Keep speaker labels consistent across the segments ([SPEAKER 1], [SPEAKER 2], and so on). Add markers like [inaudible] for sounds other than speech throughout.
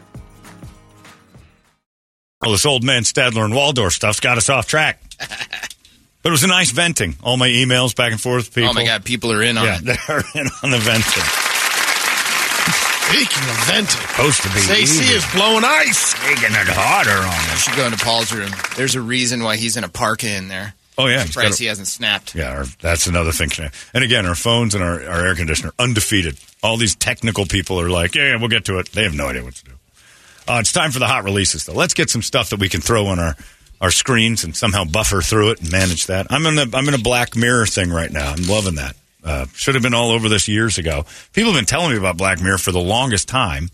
[SPEAKER 1] Well, this old man Stadler and Waldorf stuff's got us
[SPEAKER 2] [laughs]
[SPEAKER 1] off track. But it was a nice venting. All my emails back and forth, people.
[SPEAKER 2] Oh my God, people are in on
[SPEAKER 1] yeah, [laughs]
[SPEAKER 2] it.
[SPEAKER 1] they're in on the venting.
[SPEAKER 2] Speaking of venting,
[SPEAKER 1] Supposed to be.
[SPEAKER 2] JC
[SPEAKER 1] easy.
[SPEAKER 2] is blowing ice.
[SPEAKER 1] making it harder on
[SPEAKER 2] I
[SPEAKER 1] us.
[SPEAKER 2] should go into Paul's room. There's a reason why he's in a parka in there.
[SPEAKER 1] Oh yeah, he's
[SPEAKER 2] Surprised
[SPEAKER 1] got a-
[SPEAKER 2] he hasn't snapped.
[SPEAKER 1] yeah. Our, that's another thing. And again, our phones and our, our air conditioner undefeated. All these technical people are like, yeah, yeah, we'll get to it. They have no idea what to do. Uh, it's time for the hot releases, though. Let's get some stuff that we can throw on our, our screens and somehow buffer through it and manage that. I'm in a, I'm in a Black Mirror thing right now. I'm loving that. Uh, should have been all over this years ago. People have been telling me about Black Mirror for the longest time.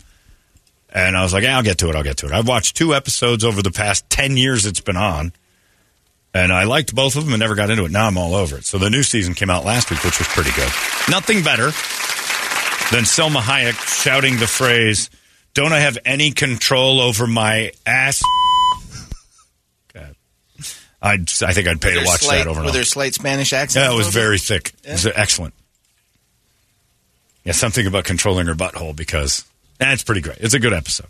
[SPEAKER 1] And I was like, "Yeah, I'll get to it. I'll get to it. I've watched two episodes over the past 10 years it's been on. And I liked both of them and never got into it. Now I'm all over it. So the new season came out last week, which was pretty good. Nothing better than Selma Hayek shouting the phrase, Don't I have any control over my ass? God. I'd, I think I'd pay to
[SPEAKER 2] Their
[SPEAKER 1] watch
[SPEAKER 2] slight-
[SPEAKER 1] that over and
[SPEAKER 2] With
[SPEAKER 1] over.
[SPEAKER 2] her slight Spanish accent.
[SPEAKER 1] Yeah, it was
[SPEAKER 2] over.
[SPEAKER 1] very thick. It was excellent. Yeah, something about controlling her butthole because that's pretty great. It's a good episode.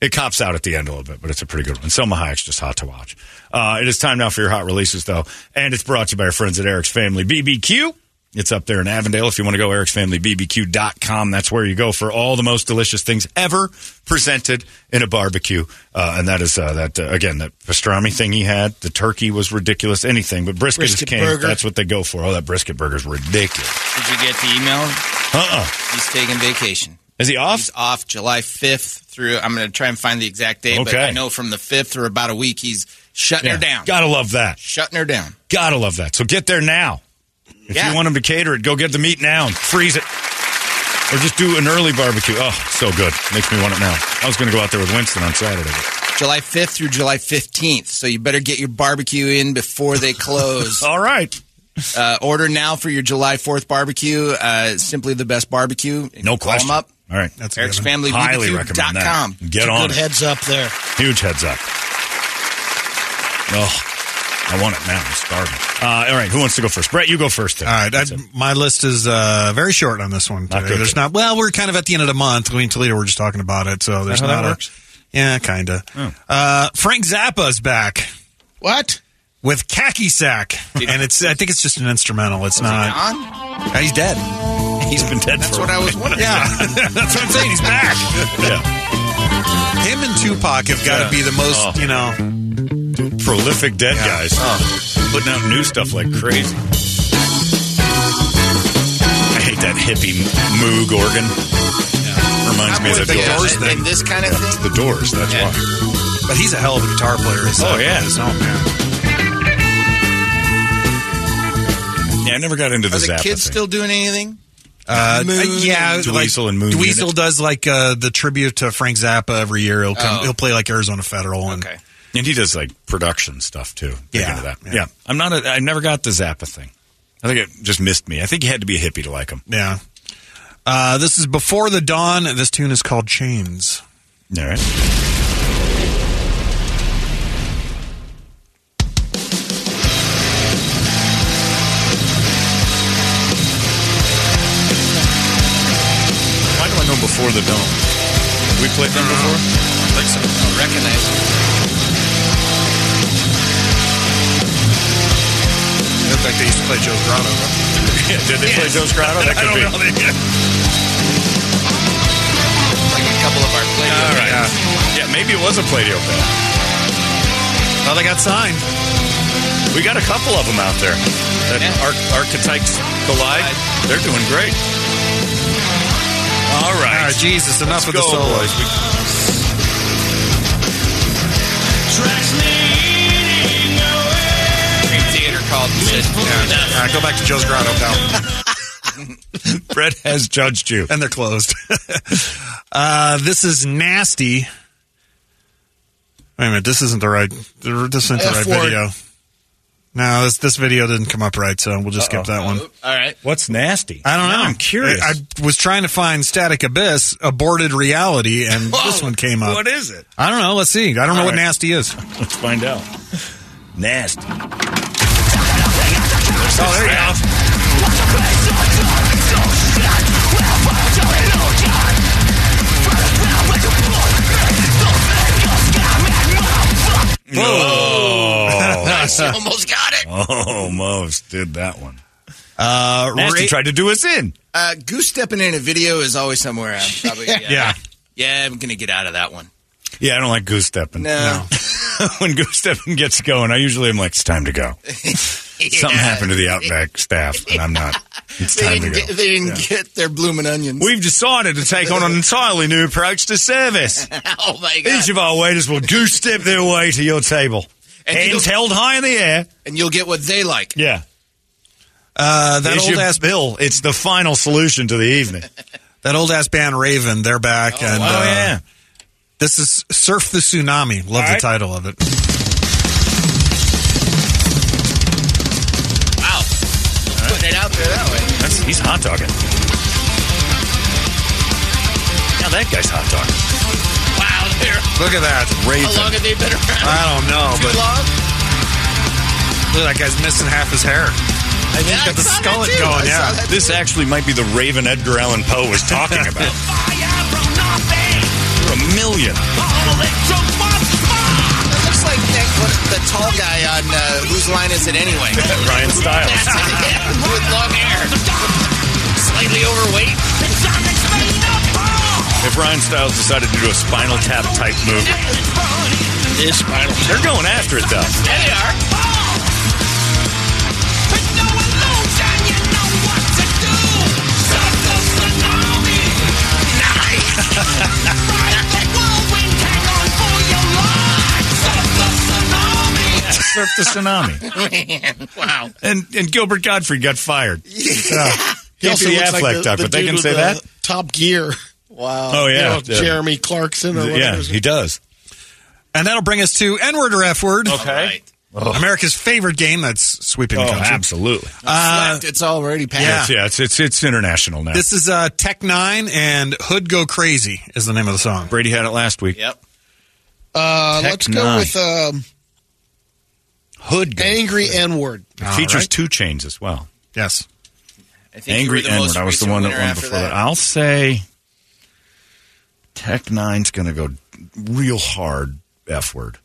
[SPEAKER 1] It cops out at the end a little bit, but it's a pretty good one. Selma Hayek's just hot to watch. Uh, it is time now for your hot releases, though, and it's brought to you by our friends at Eric's Family BBQ. It's up there in Avondale. If you want to go, ericsfamilybbq.com. That's where you go for all the most delicious things ever presented in a barbecue. Uh, and that is, uh, that uh, again, that pastrami thing he had. The turkey was ridiculous. Anything, but brisket,
[SPEAKER 2] Brisket
[SPEAKER 1] is king.
[SPEAKER 2] burger.
[SPEAKER 1] That's what they go for. Oh, that brisket burger's ridiculous.
[SPEAKER 2] Did you get the email?
[SPEAKER 1] Uh-uh.
[SPEAKER 2] He's taking vacation.
[SPEAKER 1] Is he off?
[SPEAKER 2] He's off July 5th through, I'm going to try and find the exact date, but
[SPEAKER 1] Okay.
[SPEAKER 2] I know from the 5th or about a week, he's shutting her
[SPEAKER 1] Yeah.
[SPEAKER 2] down.
[SPEAKER 1] Gotta love that.
[SPEAKER 2] Shutting her down.
[SPEAKER 1] Gotta love that. So get there now. If
[SPEAKER 2] Yeah.
[SPEAKER 1] you want them to cater it, go get the meat now and freeze it. Or just do an early barbecue. Oh, so good. Makes me want it now. I was going to go out there with Winston on Saturday. but-
[SPEAKER 2] July 5th through July 15th. So you better get your barbecue in before they
[SPEAKER 1] [laughs]
[SPEAKER 2] close.
[SPEAKER 1] All right.
[SPEAKER 2] Uh, order now for your July 4th barbecue. Uh, simply the best barbecue.
[SPEAKER 1] No
[SPEAKER 2] Call
[SPEAKER 1] question.
[SPEAKER 2] them up.
[SPEAKER 1] All right.
[SPEAKER 3] That's a
[SPEAKER 2] Eric's
[SPEAKER 3] given.
[SPEAKER 2] Family
[SPEAKER 1] Highly recommend that.
[SPEAKER 2] com.
[SPEAKER 1] Get
[SPEAKER 3] It's a
[SPEAKER 1] on
[SPEAKER 3] Good
[SPEAKER 1] it.
[SPEAKER 3] heads up there.
[SPEAKER 1] Huge heads up. Oh, I want it now. I'm starving. Uh, all right. Who wants to go first? Brett, you go first. Then.
[SPEAKER 3] All right, I, my list is uh, very short on this one.
[SPEAKER 1] Not
[SPEAKER 3] Today.
[SPEAKER 1] good.
[SPEAKER 3] There's not. Well, we're kind of at the end of the month. We in Toledo were just talking about it, so there's
[SPEAKER 1] how that
[SPEAKER 3] not a.
[SPEAKER 1] works? Oh.
[SPEAKER 3] Yeah, kind of. Uh, Frank Zappa's back
[SPEAKER 2] What?
[SPEAKER 3] with Khaki Sack, and it's. I think it's just an instrumental. It's not.
[SPEAKER 2] On?
[SPEAKER 3] Uh, he's dead.
[SPEAKER 1] He's been dead
[SPEAKER 2] That's
[SPEAKER 1] for a
[SPEAKER 2] what I was wondering.
[SPEAKER 3] Yeah, [laughs] that's what I'm saying. He's back.
[SPEAKER 1] yeah.
[SPEAKER 3] Him and Tupac have got to
[SPEAKER 1] Yeah.
[SPEAKER 3] be the most.
[SPEAKER 1] Oh.
[SPEAKER 3] You know,
[SPEAKER 1] Prolific dead guys. Putting out new stuff like crazy. I hate that hippie moog organ. Reminds
[SPEAKER 2] I'm
[SPEAKER 1] me of
[SPEAKER 2] with
[SPEAKER 1] the
[SPEAKER 2] you.
[SPEAKER 1] doors
[SPEAKER 2] And-
[SPEAKER 1] thing.
[SPEAKER 2] and this kind of
[SPEAKER 1] Yeah, it's
[SPEAKER 2] thing?
[SPEAKER 1] the doors, that's
[SPEAKER 2] Yeah.
[SPEAKER 1] why.
[SPEAKER 3] but he's a hell of a guitar player. His
[SPEAKER 1] Oh,
[SPEAKER 3] Zappa
[SPEAKER 1] yeah.
[SPEAKER 3] is. Oh man.
[SPEAKER 1] Yeah, I never got into the
[SPEAKER 2] Are the
[SPEAKER 1] Zappa
[SPEAKER 2] kids
[SPEAKER 1] thing.
[SPEAKER 2] still doing anything?
[SPEAKER 3] Uh,
[SPEAKER 2] Moon.
[SPEAKER 3] yeah,
[SPEAKER 1] Dweezil
[SPEAKER 3] like,
[SPEAKER 1] and Moon
[SPEAKER 3] Dweezil
[SPEAKER 1] Unit.
[SPEAKER 3] does like uh, the tribute to Frank Zappa every year. He'll come.
[SPEAKER 2] Oh.
[SPEAKER 3] He'll play like Arizona Federal and
[SPEAKER 2] Okay.
[SPEAKER 1] and he does like production stuff too. Big
[SPEAKER 3] Yeah,
[SPEAKER 1] into that. Yeah.
[SPEAKER 3] yeah.
[SPEAKER 1] I'm not. A, I never got the Zappa thing. I think it just missed me. I think you had to be a hippie to like them.
[SPEAKER 3] Yeah. Uh, this is Before the Dawn. This tune is called Chains.
[SPEAKER 1] All right.
[SPEAKER 4] Why do I know Before the Dome? Have we played them before? I think so. I recognize
[SPEAKER 3] It looked like they used to play Joe Grotto. huh?
[SPEAKER 1] Yeah, did they play Joe Scrotto? That
[SPEAKER 3] I
[SPEAKER 1] could
[SPEAKER 3] don't
[SPEAKER 1] be.
[SPEAKER 3] know. They did.
[SPEAKER 4] like a couple of our plays.
[SPEAKER 1] All right. Yeah. maybe it was a Pladio band.
[SPEAKER 3] Well, they got signed.
[SPEAKER 1] We got a couple of them out there. That
[SPEAKER 4] Yeah.
[SPEAKER 1] Arch- Architects Collide. They're doing great. All
[SPEAKER 3] All
[SPEAKER 1] right.
[SPEAKER 3] right, Jesus, enough
[SPEAKER 1] Let's
[SPEAKER 3] of the
[SPEAKER 1] go,
[SPEAKER 3] solo.
[SPEAKER 1] boys. We-
[SPEAKER 4] Dream Theater called and said,
[SPEAKER 3] All right, go back to Joe's Grotto, pal.
[SPEAKER 1] Brett has [laughs] judged you.
[SPEAKER 3] and they're closed. [laughs] uh, this is Nasty. Wait a minute, this isn't the right. This isn't the
[SPEAKER 4] Uh,
[SPEAKER 3] right
[SPEAKER 4] Ford.
[SPEAKER 3] video. No, this this video didn't come up right, so we'll just skip that one.
[SPEAKER 4] All right.
[SPEAKER 1] What's nasty?
[SPEAKER 3] I don't know.
[SPEAKER 1] Now I'm curious.
[SPEAKER 3] I, I was trying to find Static Abyss, aborted reality,
[SPEAKER 1] [laughs]
[SPEAKER 3] and this one came up.
[SPEAKER 1] What is it?
[SPEAKER 3] I don't know. Let's see. I don't know
[SPEAKER 1] All
[SPEAKER 3] what
[SPEAKER 1] right.
[SPEAKER 3] nasty
[SPEAKER 1] [laughs]
[SPEAKER 3] is.
[SPEAKER 1] Let's find out. Nasty. Oh,
[SPEAKER 3] there you
[SPEAKER 1] go.
[SPEAKER 5] Oh.
[SPEAKER 1] [laughs]
[SPEAKER 4] Almost got it.
[SPEAKER 1] Almost Oh, did that one.
[SPEAKER 3] Uh,
[SPEAKER 1] Nasty
[SPEAKER 3] Ra-
[SPEAKER 1] tried to do us in.
[SPEAKER 5] Uh, goose stepping in a video is always somewhere.
[SPEAKER 1] [laughs]
[SPEAKER 5] I'm probably, yeah.
[SPEAKER 3] yeah.
[SPEAKER 5] Yeah, I'm gonna get out of that one.
[SPEAKER 1] Yeah, I don't like goose stepping.
[SPEAKER 5] No,
[SPEAKER 1] [laughs] when goose stepping gets going, I usually am like, it's time to go.
[SPEAKER 3] [laughs]
[SPEAKER 1] Something happened to the Outback staff, and I'm not. It's
[SPEAKER 5] they
[SPEAKER 1] time to
[SPEAKER 5] didn't,
[SPEAKER 1] go.
[SPEAKER 3] [laughs]
[SPEAKER 5] get, [laughs] they didn't get their blooming onions.
[SPEAKER 1] We've decided to take on an entirely new approach
[SPEAKER 3] [laughs]
[SPEAKER 1] to service.
[SPEAKER 5] oh my god!
[SPEAKER 1] Each of our waiters will goose step their way to your table.
[SPEAKER 5] And
[SPEAKER 1] Hands
[SPEAKER 5] you'll-
[SPEAKER 1] held high in the air.
[SPEAKER 5] and you'll get what they like.
[SPEAKER 1] Yeah.
[SPEAKER 3] Uh, that
[SPEAKER 1] There's
[SPEAKER 3] old
[SPEAKER 1] your
[SPEAKER 3] ass
[SPEAKER 1] bill. It's the final solution to the [laughs] evening.
[SPEAKER 3] that old ass band Raven, they're back,
[SPEAKER 1] Oh,
[SPEAKER 3] and uh, this is Surf the Tsunami. Love the
[SPEAKER 1] right.
[SPEAKER 3] title of it.
[SPEAKER 5] Wow, putting it out there that way.
[SPEAKER 1] That's, he's hot dogging. Now that guy's hot dogging.
[SPEAKER 5] Wow, they're,
[SPEAKER 3] Look at that, Raven.
[SPEAKER 5] how long have they been around?
[SPEAKER 3] I don't know,
[SPEAKER 5] Too
[SPEAKER 3] but
[SPEAKER 5] long?
[SPEAKER 3] look, that guy's missing half his hair.
[SPEAKER 1] I think
[SPEAKER 5] Yeah, I saw that too. I saw that
[SPEAKER 1] This actually might be the Raven Edgar Allan Poe was talking [laughs] about. There are a million.
[SPEAKER 5] It looks like that, what, the tall guy on uh, Whose Line Is It Anyway?
[SPEAKER 1] [laughs] Ryan
[SPEAKER 5] That's
[SPEAKER 1] Stiles.
[SPEAKER 5] it, yeah, [laughs] with long hair, slightly overweight.
[SPEAKER 1] if Ryan Stiles decided to do a Spinal Tap type movie,
[SPEAKER 5] This final.
[SPEAKER 1] they're going after it though.
[SPEAKER 5] There they are.
[SPEAKER 1] Surf the tsunami. [laughs]
[SPEAKER 5] Wow.
[SPEAKER 1] And and Gilbert Godfrey got fired. Yeah. He also
[SPEAKER 6] looks
[SPEAKER 1] Affleck
[SPEAKER 6] like the-
[SPEAKER 1] dog,
[SPEAKER 6] the
[SPEAKER 1] but they
[SPEAKER 6] dude
[SPEAKER 1] can
[SPEAKER 6] with
[SPEAKER 1] say
[SPEAKER 6] the
[SPEAKER 1] that.
[SPEAKER 6] Top Gear. Wow.
[SPEAKER 1] Oh, yeah.
[SPEAKER 6] You know,
[SPEAKER 1] Yeah.
[SPEAKER 6] Jeremy Clarkson or whatever.
[SPEAKER 1] Yeah,
[SPEAKER 6] his
[SPEAKER 1] he does.
[SPEAKER 3] And that'll bring us to N word or F word.
[SPEAKER 1] Okay.
[SPEAKER 6] Oh.
[SPEAKER 3] America's favorite game that's sweeping
[SPEAKER 1] Oh,
[SPEAKER 3] the country.
[SPEAKER 1] absolutely.
[SPEAKER 5] Left, it's already passed.
[SPEAKER 3] Uh, yeah.
[SPEAKER 1] yeah, it's it's it's international now.
[SPEAKER 3] This is uh, Tech Nine and Hood Go Crazy is the name of the song.
[SPEAKER 1] Brady had it last week.
[SPEAKER 5] Yep.
[SPEAKER 6] Uh,
[SPEAKER 1] Tech
[SPEAKER 6] let's go
[SPEAKER 1] Nine.
[SPEAKER 6] with um,
[SPEAKER 1] Hood goes
[SPEAKER 6] angry N word.
[SPEAKER 5] uh,
[SPEAKER 1] It features
[SPEAKER 3] All right.
[SPEAKER 1] two chains as well.
[SPEAKER 3] Yes.
[SPEAKER 5] I think
[SPEAKER 1] Angry
[SPEAKER 5] you were the
[SPEAKER 1] Edward.
[SPEAKER 5] most
[SPEAKER 1] I was the
[SPEAKER 5] recent
[SPEAKER 1] one that
[SPEAKER 5] winner
[SPEAKER 1] won
[SPEAKER 5] after
[SPEAKER 1] before that. I'll say Tech Nine's going to go real hard F word.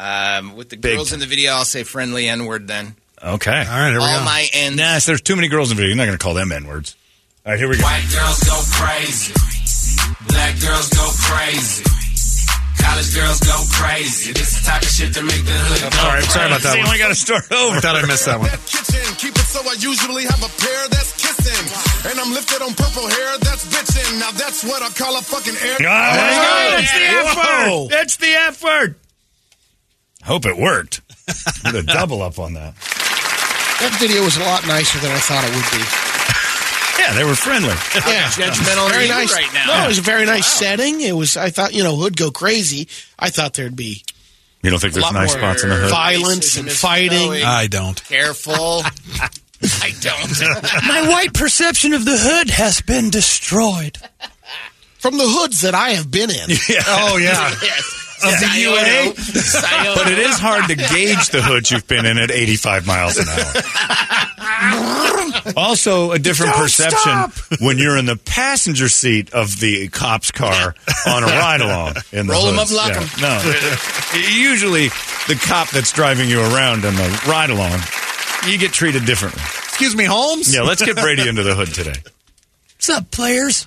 [SPEAKER 5] Um, with the
[SPEAKER 1] Big
[SPEAKER 5] girls in the video, I'll say friendly N word then.
[SPEAKER 1] Okay.
[SPEAKER 3] All right, here we
[SPEAKER 5] All
[SPEAKER 3] go.
[SPEAKER 5] my N's.
[SPEAKER 1] Yes, there's too many girls in the video. You're not going to call them N words. All right, here we go.
[SPEAKER 7] White girls go crazy. Black girls go crazy. College girls go crazy. This is the type of shit to make the hood go
[SPEAKER 3] All right, sorry about that
[SPEAKER 1] See,
[SPEAKER 3] one.
[SPEAKER 1] we got to start
[SPEAKER 3] I
[SPEAKER 1] over.
[SPEAKER 3] thought I missed that
[SPEAKER 1] [laughs]
[SPEAKER 3] one.
[SPEAKER 7] kitchen. Keep it so I usually have a pair that's kissing. And I'm lifted on purple hair that's bitching. Now that's what I call a fucking
[SPEAKER 1] Oh,
[SPEAKER 7] air.
[SPEAKER 1] That's the F
[SPEAKER 3] Whoa.
[SPEAKER 1] word. That's the F word. Hope it worked. Put a double up on that.
[SPEAKER 6] That video was a lot nicer than I thought it would be.
[SPEAKER 1] Yeah, they were friendly.
[SPEAKER 6] Yeah.
[SPEAKER 5] Judgmental
[SPEAKER 6] Very
[SPEAKER 5] you
[SPEAKER 6] nice.
[SPEAKER 5] right now.
[SPEAKER 6] No, it was a very nice setting. It was. I thought you know, hood go crazy. I thought there'd be
[SPEAKER 1] You don't think there's nice spots in the hood?
[SPEAKER 6] Violence and fighting.
[SPEAKER 3] I don't.
[SPEAKER 6] [laughs]
[SPEAKER 5] Careful. I don't.
[SPEAKER 8] My white perception of the hood has been destroyed.
[SPEAKER 6] From the hoods that I have been in.
[SPEAKER 3] [laughs]
[SPEAKER 6] oh.
[SPEAKER 3] Oh
[SPEAKER 6] [laughs]
[SPEAKER 3] yeah.
[SPEAKER 5] Of the
[SPEAKER 3] UA?
[SPEAKER 1] But it is hard to gauge the hood you've been in at 85 miles an hour.
[SPEAKER 6] oh.
[SPEAKER 1] Also, a different
[SPEAKER 8] Don't
[SPEAKER 1] perception [laughs]
[SPEAKER 8] stop!
[SPEAKER 1] when you're in the passenger seat of the cop's car on a ride along.
[SPEAKER 5] Roll 'em up, lock 'em.
[SPEAKER 1] No, [laughs] usually the cop that's driving you around in the ride along, you get treated differently.
[SPEAKER 3] Excuse me, Holmes.
[SPEAKER 1] Yeah, let's get Brady into the hood
[SPEAKER 5] [laughs]
[SPEAKER 1] today.
[SPEAKER 8] What's up, players?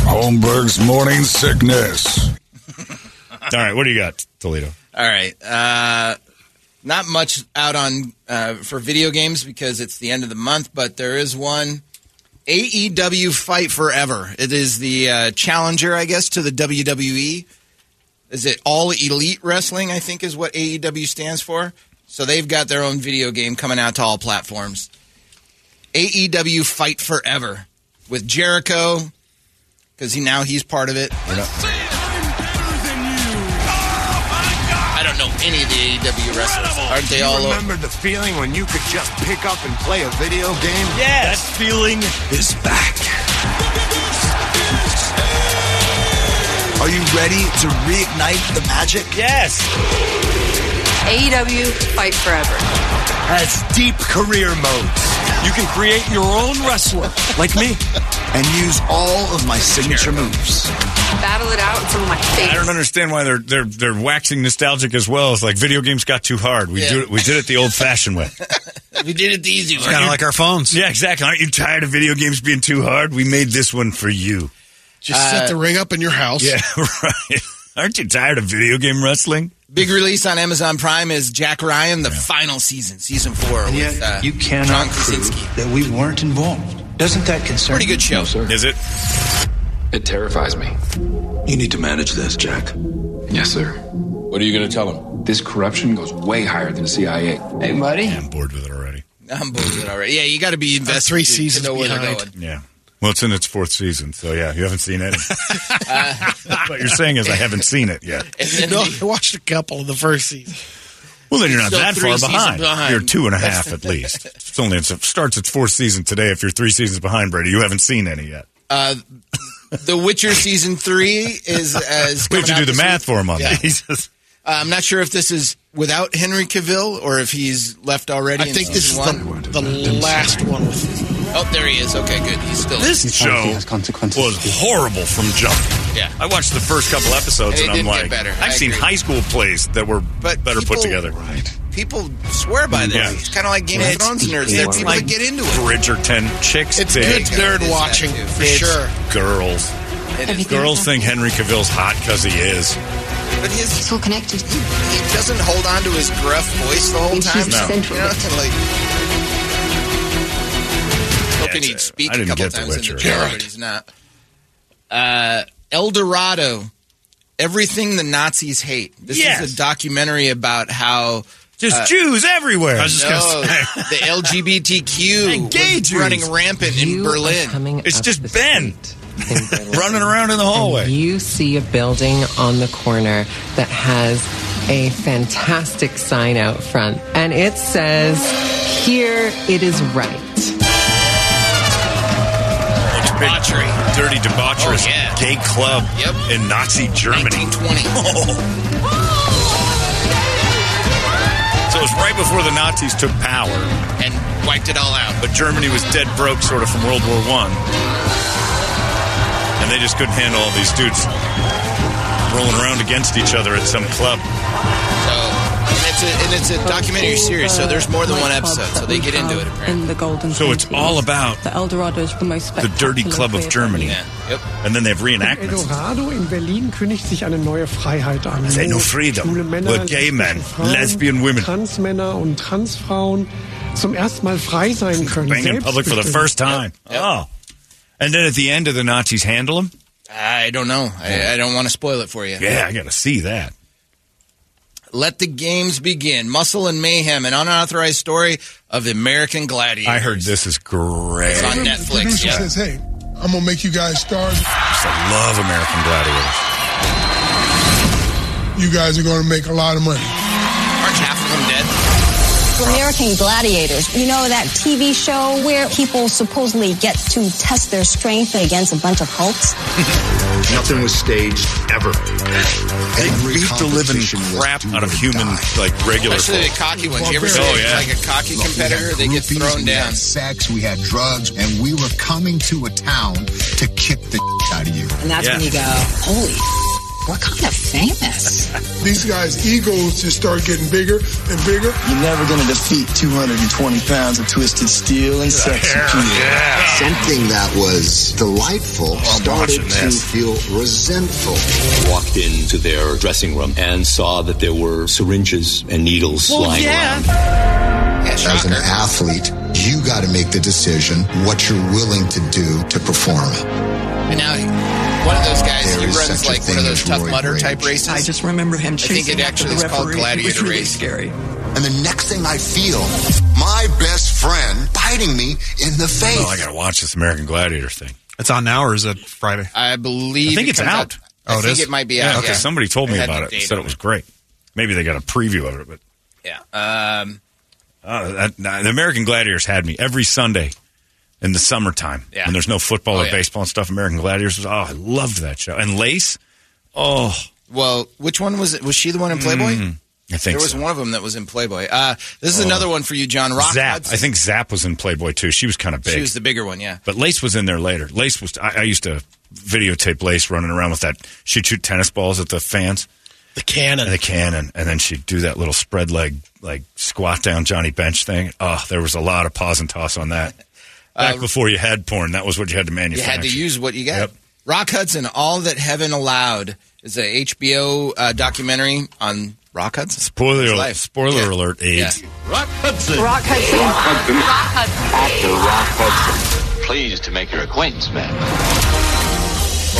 [SPEAKER 9] Holmberg's morning sickness.
[SPEAKER 1] All right, what do you got, Toledo?
[SPEAKER 5] All right. Uh, not much out on uh, for video games because it's the end of the month, but there is one. AEW Fight Forever. It is the uh, challenger, I guess, to the WWE. Is it All Elite Wrestling? I think is what AEW stands for. So they've got their own video game coming out to all platforms. AEW Fight Forever with Jericho because he now he's part of it. I don't know any of the AEW wrestlers. Aren't they all over?
[SPEAKER 10] remember the feeling when you could just pick up and play a video game?
[SPEAKER 8] Yes.
[SPEAKER 10] That feeling is back. Are you ready to reignite the magic?
[SPEAKER 8] Yes.
[SPEAKER 11] AEW Fight Forever.
[SPEAKER 10] That's deep career mode. You can create your own wrestler, like me, and use all of my signature moves.
[SPEAKER 11] Battle it out in some of my
[SPEAKER 1] I
[SPEAKER 11] favorites.
[SPEAKER 1] don't understand why they're they're they're waxing nostalgic as well. It's like video games got too hard. We
[SPEAKER 5] Yeah.
[SPEAKER 1] do it, we did it the old fashioned way.
[SPEAKER 5] We did it the easy way.
[SPEAKER 3] Kind of like our phones.
[SPEAKER 1] Yeah, exactly. Aren't you tired of video games being too hard? We made this one for you.
[SPEAKER 6] Just set
[SPEAKER 10] Uh,
[SPEAKER 6] the ring up in your house.
[SPEAKER 1] Yeah, [laughs] right. Aren't you tired of video game wrestling?
[SPEAKER 5] Big release on Amazon Prime is Jack Ryan, the final season, season four. with, uh,
[SPEAKER 12] you
[SPEAKER 5] John
[SPEAKER 12] cannot prove
[SPEAKER 5] Krasinski.
[SPEAKER 12] that we weren't involved. Doesn't that concern?
[SPEAKER 5] Pretty good show.
[SPEAKER 1] Is it?
[SPEAKER 13] It terrifies me. You need to manage this, Jack. Yes, sir. What are you going to tell him? This corruption goes way higher than CIA. Hey, buddy.
[SPEAKER 1] I'm bored with it already.
[SPEAKER 5] I'm bored with it already. Yeah, you got to be invested.
[SPEAKER 6] three
[SPEAKER 5] to- to
[SPEAKER 6] seasons
[SPEAKER 5] know where they're
[SPEAKER 6] behind.
[SPEAKER 5] going.
[SPEAKER 1] Yeah. Well, it's in its fourth season, so yeah, you haven't seen it. [laughs] what you're saying is I haven't seen it yet.
[SPEAKER 6] No, I watched a couple of the first season.
[SPEAKER 1] Well, then you're not
[SPEAKER 5] Still
[SPEAKER 1] that
[SPEAKER 5] three
[SPEAKER 1] far
[SPEAKER 5] seasons
[SPEAKER 1] behind.
[SPEAKER 5] behind.
[SPEAKER 1] You're two and a half at least. It's only it starts its fourth season today. If you're three seasons behind, Brady, you haven't seen any yet.
[SPEAKER 5] Uh, the Witcher season three is as.
[SPEAKER 1] We have to do the math for him on that. [laughs]
[SPEAKER 5] Uh, I'm not sure if this is without Henry Cavill or if he's left already.
[SPEAKER 6] I
[SPEAKER 5] in
[SPEAKER 6] think this is
[SPEAKER 5] season one.
[SPEAKER 6] the, the last one with
[SPEAKER 5] Oh, there he is. Okay, good. He's still
[SPEAKER 1] This show was horrible from jump.
[SPEAKER 5] Yeah.
[SPEAKER 1] I watched the first couple episodes
[SPEAKER 5] It
[SPEAKER 1] and I'm
[SPEAKER 5] didn't get
[SPEAKER 1] like,
[SPEAKER 5] better. I
[SPEAKER 1] I've seen
[SPEAKER 5] agree.
[SPEAKER 1] high school plays that were
[SPEAKER 5] But
[SPEAKER 1] better
[SPEAKER 5] people-
[SPEAKER 1] put together.
[SPEAKER 5] People swear by this.
[SPEAKER 1] Yeah.
[SPEAKER 5] It's kind of like Game of Thrones nerds. They're people that get into it.
[SPEAKER 1] Bridgerton chicks.
[SPEAKER 6] It's
[SPEAKER 1] big.
[SPEAKER 6] good nerd watching for
[SPEAKER 1] It's
[SPEAKER 6] sure.
[SPEAKER 1] Girls.
[SPEAKER 5] It is.
[SPEAKER 1] Girls think Henry Cavill's hot because he is.
[SPEAKER 5] But his
[SPEAKER 11] It's all connected.
[SPEAKER 5] he doesn't hold on to his gruff voice the whole
[SPEAKER 11] He's
[SPEAKER 5] time.
[SPEAKER 1] No.
[SPEAKER 11] central.
[SPEAKER 5] You know, it's like, hoping
[SPEAKER 1] it's,
[SPEAKER 5] he'd
[SPEAKER 1] uh,
[SPEAKER 5] speak
[SPEAKER 1] I
[SPEAKER 5] a
[SPEAKER 1] didn't
[SPEAKER 5] couple
[SPEAKER 1] get The
[SPEAKER 5] times in the
[SPEAKER 1] Witcher.
[SPEAKER 5] trailer, but he's not. Uh, El Dorado, everything the Nazis hate. This
[SPEAKER 1] Yes.
[SPEAKER 5] is a documentary about how
[SPEAKER 1] Just
[SPEAKER 5] Uh,
[SPEAKER 1] Jews everywhere. I was just
[SPEAKER 5] no, [laughs] the LGBTQ
[SPEAKER 1] And gay
[SPEAKER 5] was
[SPEAKER 1] Jews.
[SPEAKER 5] running rampant in Berlin.
[SPEAKER 1] It's just Ben running around in the hallway.
[SPEAKER 14] You see a building on the corner that has a fantastic sign out front, and it says, Here it is right.
[SPEAKER 5] Debauchery.
[SPEAKER 1] Dirty debaucherous
[SPEAKER 5] Oh, yeah.
[SPEAKER 1] gay club
[SPEAKER 5] Yep.
[SPEAKER 1] in Nazi Germany. [laughs]
[SPEAKER 5] 1920.
[SPEAKER 1] So it was right before the Nazis took power.
[SPEAKER 5] and wiped it all out.
[SPEAKER 1] but Germany was dead broke, sort of from World War One, and they just couldn't handle all these dudes rolling around against each other at some club.
[SPEAKER 5] So And it's a, and it's a documentary series, so there's more than one episode, so they get into it.
[SPEAKER 15] in the golden.
[SPEAKER 1] So it's all about
[SPEAKER 15] the El Dorado is the most
[SPEAKER 1] the dirty club of Germany.
[SPEAKER 5] Yep.
[SPEAKER 1] And then they have
[SPEAKER 16] In
[SPEAKER 1] reenactments.
[SPEAKER 16] Eldorado in Berlin kündigt sich eine neue Freiheit an.
[SPEAKER 1] They know
[SPEAKER 16] Wo
[SPEAKER 1] freedom.
[SPEAKER 16] Schwule Männer,
[SPEAKER 1] We're gay men,
[SPEAKER 16] lesbische Frauen,
[SPEAKER 1] lesbian women.
[SPEAKER 16] Transmänner und Transfrauen zum ersten Mal frei sein können.
[SPEAKER 1] Bang in public for the
[SPEAKER 16] selbstbestimmt.
[SPEAKER 1] first time. Oh. And then at the end, do the Nazis handle him?
[SPEAKER 5] I don't know. I, I don't want to spoil it for you.
[SPEAKER 1] Yeah, I got to see that.
[SPEAKER 5] Let the games begin. Muscle and Mayhem, an unauthorized story of the American Gladiator.
[SPEAKER 1] I heard this is great.
[SPEAKER 5] It's on
[SPEAKER 1] I
[SPEAKER 5] Netflix. Netflix,
[SPEAKER 17] Producer
[SPEAKER 5] yeah.
[SPEAKER 17] says, "Hey, I'm gonna make you guys stars.
[SPEAKER 1] used to love American Gladiators.
[SPEAKER 17] You guys are gonna make a lot of money."
[SPEAKER 5] Aren't half of them dead?
[SPEAKER 18] American Gladiators. You know that TV show where people supposedly get to test their strength against a bunch of hulks?
[SPEAKER 1] Nothing was staged ever. They beat the living crap out of human, like regular.
[SPEAKER 5] Especially the
[SPEAKER 1] folk.
[SPEAKER 5] cocky ones. You ever see
[SPEAKER 1] oh yeah.
[SPEAKER 5] like a cocky competitor? They get thrown
[SPEAKER 19] We
[SPEAKER 5] down.
[SPEAKER 19] had sex, we had drugs, and we were coming to a town to kick the out of you.
[SPEAKER 18] And that's when you go, holy, we're kind of famous.
[SPEAKER 17] These guys' egos just start getting bigger and bigger. You're never gonna defeat 220 pounds of twisted steel and sex.
[SPEAKER 19] Something that was
[SPEAKER 5] Oh,
[SPEAKER 19] delightful started to feel resentful.
[SPEAKER 20] Walked into their dressing room and saw that there were syringes and needles lying around.
[SPEAKER 19] As an athlete, you got to make the decision what you're willing to do to perform.
[SPEAKER 5] And now one of those guys,
[SPEAKER 19] There
[SPEAKER 5] he
[SPEAKER 19] is
[SPEAKER 5] runs
[SPEAKER 19] such a
[SPEAKER 5] like one of
[SPEAKER 19] thing
[SPEAKER 5] those
[SPEAKER 19] as
[SPEAKER 5] tough
[SPEAKER 19] Roy
[SPEAKER 5] mudder
[SPEAKER 19] Rage.
[SPEAKER 5] type races.
[SPEAKER 18] I just remember him
[SPEAKER 5] I think
[SPEAKER 19] chasing
[SPEAKER 5] it
[SPEAKER 19] after
[SPEAKER 5] actually
[SPEAKER 19] the
[SPEAKER 5] is called
[SPEAKER 19] referee. It was
[SPEAKER 5] gladiator [laughs]
[SPEAKER 19] really
[SPEAKER 5] race.
[SPEAKER 19] scary. And the next thing I feel, my best friend biting me in the face.
[SPEAKER 1] Oh, I got to watch this American Gladiator thing.
[SPEAKER 3] It's on now, or is it Friday?
[SPEAKER 5] I believe.
[SPEAKER 1] I think
[SPEAKER 5] it
[SPEAKER 1] it's
[SPEAKER 5] comes
[SPEAKER 1] out.
[SPEAKER 5] I think Oh, it might be out.
[SPEAKER 1] Yeah, Oh, okay,
[SPEAKER 5] yeah.
[SPEAKER 1] somebody told
[SPEAKER 5] It
[SPEAKER 1] me
[SPEAKER 5] had
[SPEAKER 1] about
[SPEAKER 5] the
[SPEAKER 1] it.
[SPEAKER 5] date
[SPEAKER 1] Said
[SPEAKER 5] on
[SPEAKER 1] it was great. Maybe they got a preview of it, but
[SPEAKER 5] Yeah. Um,
[SPEAKER 1] uh, that, nah, the American Gladiators had me every Sunday in the summertime
[SPEAKER 5] Yeah.
[SPEAKER 1] when there's no football
[SPEAKER 5] Oh,
[SPEAKER 1] or
[SPEAKER 5] yeah.
[SPEAKER 1] baseball and stuff. American Gladiators was oh, I loved that show. And Lace, oh,
[SPEAKER 5] well, which one was it? Was she the one in Playboy?
[SPEAKER 1] Mm, I think
[SPEAKER 5] there was
[SPEAKER 1] so.
[SPEAKER 5] one of them that was in Playboy. Uh, this is
[SPEAKER 1] Oh.
[SPEAKER 5] another one for you, John Rock.
[SPEAKER 1] Zap.
[SPEAKER 5] Hudson.
[SPEAKER 1] I think Zap was in Playboy too. She was kind of big.
[SPEAKER 5] She was the bigger one. Yeah.
[SPEAKER 1] But Lace was in there later. Lace was. I, I used to videotape Lace running around with that. She'd shoot tennis balls at the fans. The cannon. The cannon. And then she'd do that little spread leg, like squat down Johnny Bench thing. Oh, there was a lot of pause and toss on that. Back before you had porn, that was what you had to
[SPEAKER 5] Uh, You
[SPEAKER 1] manufacture.
[SPEAKER 5] had to use what you got.
[SPEAKER 1] Yep.
[SPEAKER 5] Rock Hudson, All That Heaven Allowed is a HBO uh, documentary on Rock Hudson.
[SPEAKER 1] Spoiler
[SPEAKER 5] His
[SPEAKER 1] alert-
[SPEAKER 5] life.
[SPEAKER 1] spoiler alert, AIDS.
[SPEAKER 5] Rock Hudson.
[SPEAKER 11] Rock Hudson. Rock Hudson.
[SPEAKER 20] Dr. Rock Hudson, pleased to make your acquaintance, man.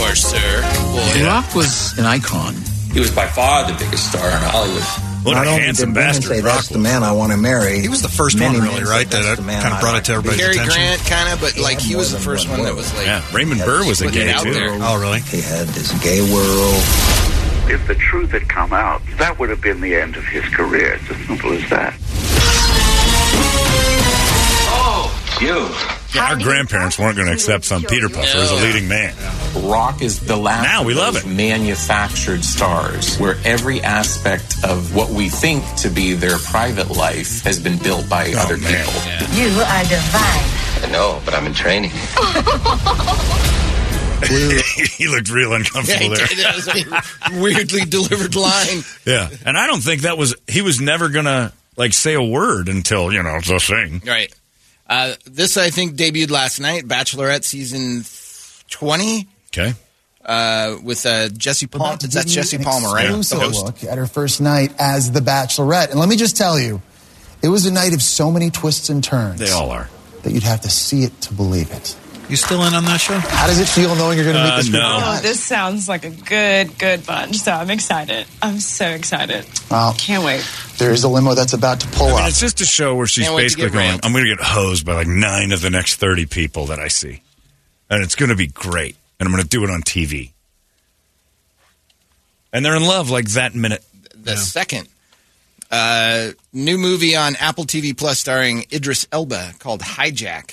[SPEAKER 5] Or sir. Well,
[SPEAKER 12] Rock was an icon.
[SPEAKER 20] He was by far the biggest star in Hollywood.
[SPEAKER 12] What a handsome bastard Rock
[SPEAKER 17] That's the man I want to marry. He was the
[SPEAKER 3] first one, really, right? That kind of brought it to everybody's
[SPEAKER 5] Cary
[SPEAKER 3] attention.
[SPEAKER 5] Grant, kind of, but like he was the first one that was like.
[SPEAKER 1] Yeah, Raymond Burr was a
[SPEAKER 5] Putting it
[SPEAKER 1] gay
[SPEAKER 5] out
[SPEAKER 1] too. [laughs]
[SPEAKER 5] there.
[SPEAKER 1] Oh,
[SPEAKER 5] [laughs]
[SPEAKER 1] really?
[SPEAKER 17] He had this gay world.
[SPEAKER 21] If the truth had come out, that would have been the end of his career. It's as simple as that.
[SPEAKER 20] You.
[SPEAKER 1] Yeah, our grandparents weren't going to accept some Peter Puffer as a
[SPEAKER 20] No.
[SPEAKER 1] leading man.
[SPEAKER 22] Rock is the last
[SPEAKER 1] Now we
[SPEAKER 22] of
[SPEAKER 1] love
[SPEAKER 22] those manufactured stars where every aspect of what we think to be their private life has been built
[SPEAKER 1] Oh,
[SPEAKER 22] by other people.
[SPEAKER 23] You are divine.
[SPEAKER 22] I know, but I'm in training.
[SPEAKER 1] [laughs] he looked real uncomfortable
[SPEAKER 22] Yeah, he
[SPEAKER 1] there.
[SPEAKER 5] weirdly delivered line.
[SPEAKER 1] Yeah, and I don't think that was he was never gonna like say a word until you know the thing.
[SPEAKER 5] Right. Uh, this I think debuted last night, Bachelorette season twenty.
[SPEAKER 1] Okay.
[SPEAKER 5] Uh, with uh, Jesse Palmer. That's Jesse Palmer, right? The
[SPEAKER 24] Exclusive
[SPEAKER 5] host.
[SPEAKER 24] look at her first night as the Bachelorette, and let me just tell you, it was a night of so many twists and turns.
[SPEAKER 3] They all are.
[SPEAKER 24] That you'd have to see it to believe it.
[SPEAKER 3] You still in on that show?
[SPEAKER 24] How does it feel knowing you're going to meet this group of Oh, guys? this sounds like a good, good bunch. So I'm excited. I'm so excited. Well, Can't wait. there is a limo that's about to pull
[SPEAKER 1] I mean,
[SPEAKER 24] up.
[SPEAKER 1] it's just a show where she's
[SPEAKER 24] Can't wait to
[SPEAKER 1] basically
[SPEAKER 24] get
[SPEAKER 1] going,
[SPEAKER 24] railed.
[SPEAKER 1] "I'm going to get hosed by like nine of the next thirty people that I see, and it's going to be great, and I'm going to do it on TV." And they're in love like that minute.
[SPEAKER 5] the second. Uh, new movie on Apple TV Plus starring Idris Elba called Hijack.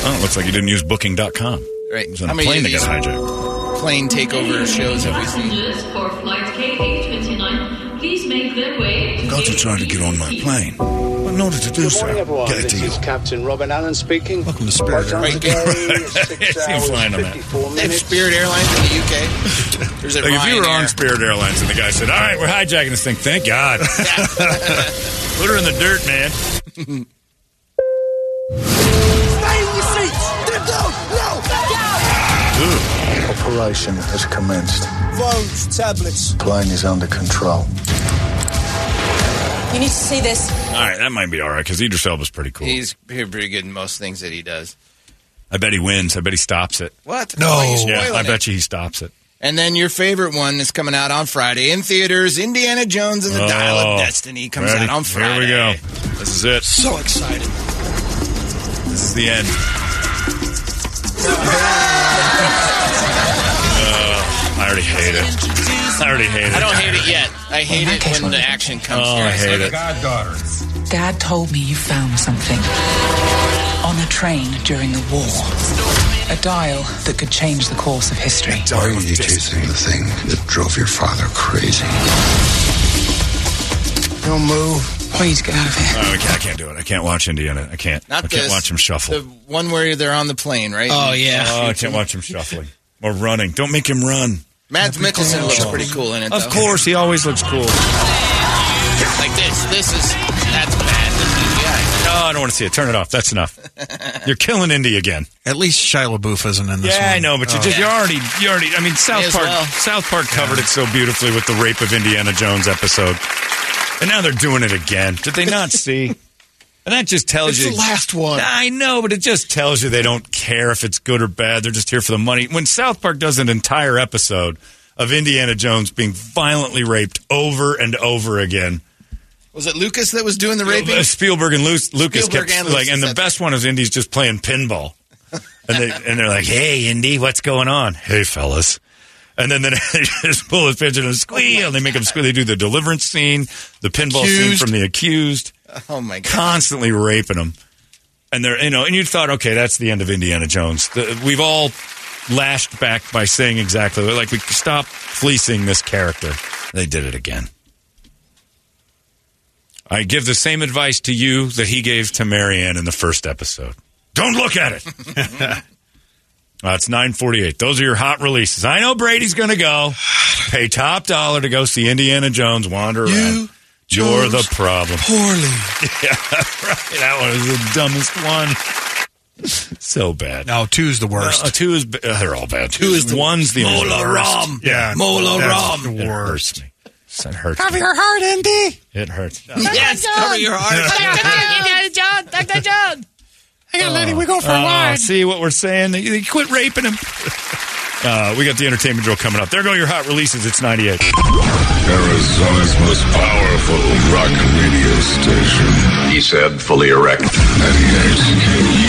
[SPEAKER 1] Oh, it looks like you didn't use Booking.com.
[SPEAKER 5] Right.
[SPEAKER 1] It was on
[SPEAKER 5] How
[SPEAKER 1] a
[SPEAKER 5] many
[SPEAKER 1] plane
[SPEAKER 5] of
[SPEAKER 1] that got
[SPEAKER 5] these-
[SPEAKER 1] hijacked.
[SPEAKER 5] Plane takeover shows have we seen?
[SPEAKER 25] For flight KH29, please make their way
[SPEAKER 1] Got to try to get on my plane. Let in order to do
[SPEAKER 9] Good
[SPEAKER 1] so,
[SPEAKER 9] morning, everyone.
[SPEAKER 1] get a
[SPEAKER 9] This
[SPEAKER 1] deal. [laughs]
[SPEAKER 9] is Captain Robin Allen speaking. Welcome
[SPEAKER 1] to Spirit Airlines.
[SPEAKER 9] Six
[SPEAKER 1] Seems
[SPEAKER 9] hours,
[SPEAKER 1] flying on that.
[SPEAKER 9] 54
[SPEAKER 5] [laughs] They have
[SPEAKER 9] minutes.
[SPEAKER 5] Spirit Airlines in the UK. There's a
[SPEAKER 1] Like if you were
[SPEAKER 5] Ryanair.
[SPEAKER 1] on Spirit Airlines and the guy said, "All right, we're hijacking this thing," thank God. [laughs] Put her in the dirt, man.
[SPEAKER 8] Stay in your seats! Step down! No!
[SPEAKER 19] Operation has commenced.
[SPEAKER 8] Phones, tablets.
[SPEAKER 19] Plane is under control.
[SPEAKER 26] You need to see this.
[SPEAKER 1] All right, that might be all right because Idris Elba's pretty cool.
[SPEAKER 5] He's pretty good in most things that he does.
[SPEAKER 1] I bet he wins. I bet he stops it.
[SPEAKER 5] What?
[SPEAKER 1] No.
[SPEAKER 5] Why are you
[SPEAKER 1] yeah,
[SPEAKER 5] Oh, spoiling
[SPEAKER 1] I
[SPEAKER 5] it?
[SPEAKER 1] bet you he stops it.
[SPEAKER 5] And then your favorite one is coming out on Friday in theaters. Indiana Jones and the Dial
[SPEAKER 1] Oh.
[SPEAKER 5] of Destiny comes
[SPEAKER 1] Ready?
[SPEAKER 5] out on Friday.
[SPEAKER 1] Here we go. This is it.
[SPEAKER 5] So excited.
[SPEAKER 1] This is the
[SPEAKER 5] [laughs]
[SPEAKER 1] end. Uh, I already hate it. I already hate it.
[SPEAKER 5] I don't hate it yet. I hate
[SPEAKER 26] Well, in
[SPEAKER 5] it
[SPEAKER 26] that case,
[SPEAKER 5] when the
[SPEAKER 26] we'll-
[SPEAKER 5] action comes.
[SPEAKER 1] Oh, I hate it.
[SPEAKER 26] goddaughter. Dad told me you found something on a train during the war. A dial that could change the course of history.
[SPEAKER 19] Why were you chasing the thing that drove your father crazy?
[SPEAKER 26] Don't move. Please get out of here.
[SPEAKER 1] Oh, I can't- I can't do it. I can't watch Indiana. I can't.
[SPEAKER 5] Not
[SPEAKER 1] I can't
[SPEAKER 5] this.
[SPEAKER 1] watch him shuffle.
[SPEAKER 5] The one where they're on the plane, right?
[SPEAKER 1] Oh, I can't watch him shuffling or running. Don't make him run.
[SPEAKER 5] Mads Mikkelsen looks pretty cool in it.
[SPEAKER 1] Of
[SPEAKER 5] though.
[SPEAKER 1] course, he always looks cool. Oh,
[SPEAKER 5] Like this. This is that's bad. This
[SPEAKER 1] I don't want to see it. Turn it off. That's enough. You're killing Indy again.
[SPEAKER 3] At least Shia LaBeouf isn't in this
[SPEAKER 1] yeah,
[SPEAKER 3] one.
[SPEAKER 1] I know, but you
[SPEAKER 3] Oh.
[SPEAKER 1] just you already you already. I mean, South
[SPEAKER 3] May as
[SPEAKER 1] Park
[SPEAKER 3] well.
[SPEAKER 1] South Park covered it so beautifully with the rape of Indiana Jones episode, and now they're doing it again. Did they not see? And that just tells
[SPEAKER 6] It's
[SPEAKER 1] you
[SPEAKER 6] the last one.
[SPEAKER 1] I know, but it just tells you they don't care if it's good or bad. They're just here for the money. When South Park does an entire episode of Indiana Jones being violently raped over and over again,
[SPEAKER 5] Was it Lucas that was doing the raping?
[SPEAKER 1] Spielberg and Lu- Lucas
[SPEAKER 5] Spielberg
[SPEAKER 1] kept
[SPEAKER 5] and Lucas,
[SPEAKER 1] like, and the
[SPEAKER 5] that's
[SPEAKER 1] best one is Indy's just playing pinball, and they and they're like, "Hey, Indy, what's going on? Hey, fellas." And then, then they [laughs] just pull his pigeon and squeal. and they make him squeal. They do the deliverance scene, the pinball scene
[SPEAKER 5] Accused.
[SPEAKER 1] from the accused,
[SPEAKER 5] Oh my god.
[SPEAKER 1] constantly raping him. And they're you know, and you thought, okay, that's the end of Indiana Jones. The, we've all lashed back by saying exactly like we stop fleecing this character. They did it again. I give the same advice to you that he gave to Marianne in the first episode. Don't look at it. Uh, it's nine forty-eight. Those are your hot releases. I know Brady's going to go pay top dollar to go see Indiana Jones wander around. You're the problem.
[SPEAKER 8] Poorly.
[SPEAKER 1] Yeah, right. That one was the dumbest one. So bad.
[SPEAKER 3] No, two's the worst.
[SPEAKER 1] Uh, two is b- uh, they're all bad. Two is the one's the only
[SPEAKER 3] Mola
[SPEAKER 1] worst.
[SPEAKER 3] Ram.
[SPEAKER 1] Yeah,
[SPEAKER 3] Mola
[SPEAKER 1] That's
[SPEAKER 3] Ram.
[SPEAKER 1] It hurts me. It hurts.
[SPEAKER 8] Cover your heart, Andy.
[SPEAKER 1] It hurts.
[SPEAKER 8] Yes, cover your heart. Indiana Jones. Dr. Jones. Hang on, lady. We go for a
[SPEAKER 1] Oh,
[SPEAKER 8] ride.
[SPEAKER 1] See what we're saying? They, they quit raping him. [laughs] Uh, we got the entertainment drill coming up. There go your hot releases. It's ninety-eight.
[SPEAKER 27] Arizona's most powerful rock radio station. He said, fully erect. 98.